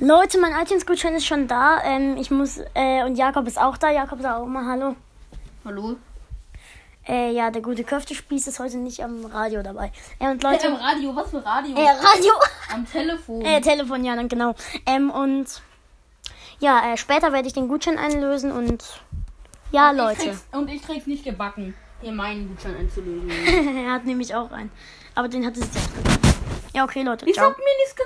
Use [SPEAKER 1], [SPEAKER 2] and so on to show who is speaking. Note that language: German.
[SPEAKER 1] Leute, mein iTunes-Gutschein ist schon da. Ähm, ich muss, äh, und Jakob ist auch da. Jakob sagt auch mal Hallo.
[SPEAKER 2] Hallo?
[SPEAKER 1] Äh, ja, der gute Köftespieß ist heute nicht am Radio dabei. Äh, und
[SPEAKER 2] Leute.
[SPEAKER 1] Leute,
[SPEAKER 2] Am Radio, was für Radio?
[SPEAKER 1] äh, Radio,
[SPEAKER 2] Am Telefon.
[SPEAKER 1] äh, Telefon, ja, dann genau. Ähm, und, ja, äh, später werde ich den Gutschein einlösen und, ja,
[SPEAKER 2] Ich
[SPEAKER 1] Leute.
[SPEAKER 2] krieg's- Und ich krieg's nicht gebacken, hier meinen Gutschein einzulösen.
[SPEAKER 1] er hat nämlich auch einen. Aber den hatte sie selbst gemacht. Ja, okay, Leute,
[SPEAKER 2] Ich
[SPEAKER 1] ciao.
[SPEAKER 2] hab mir nichts gebacken.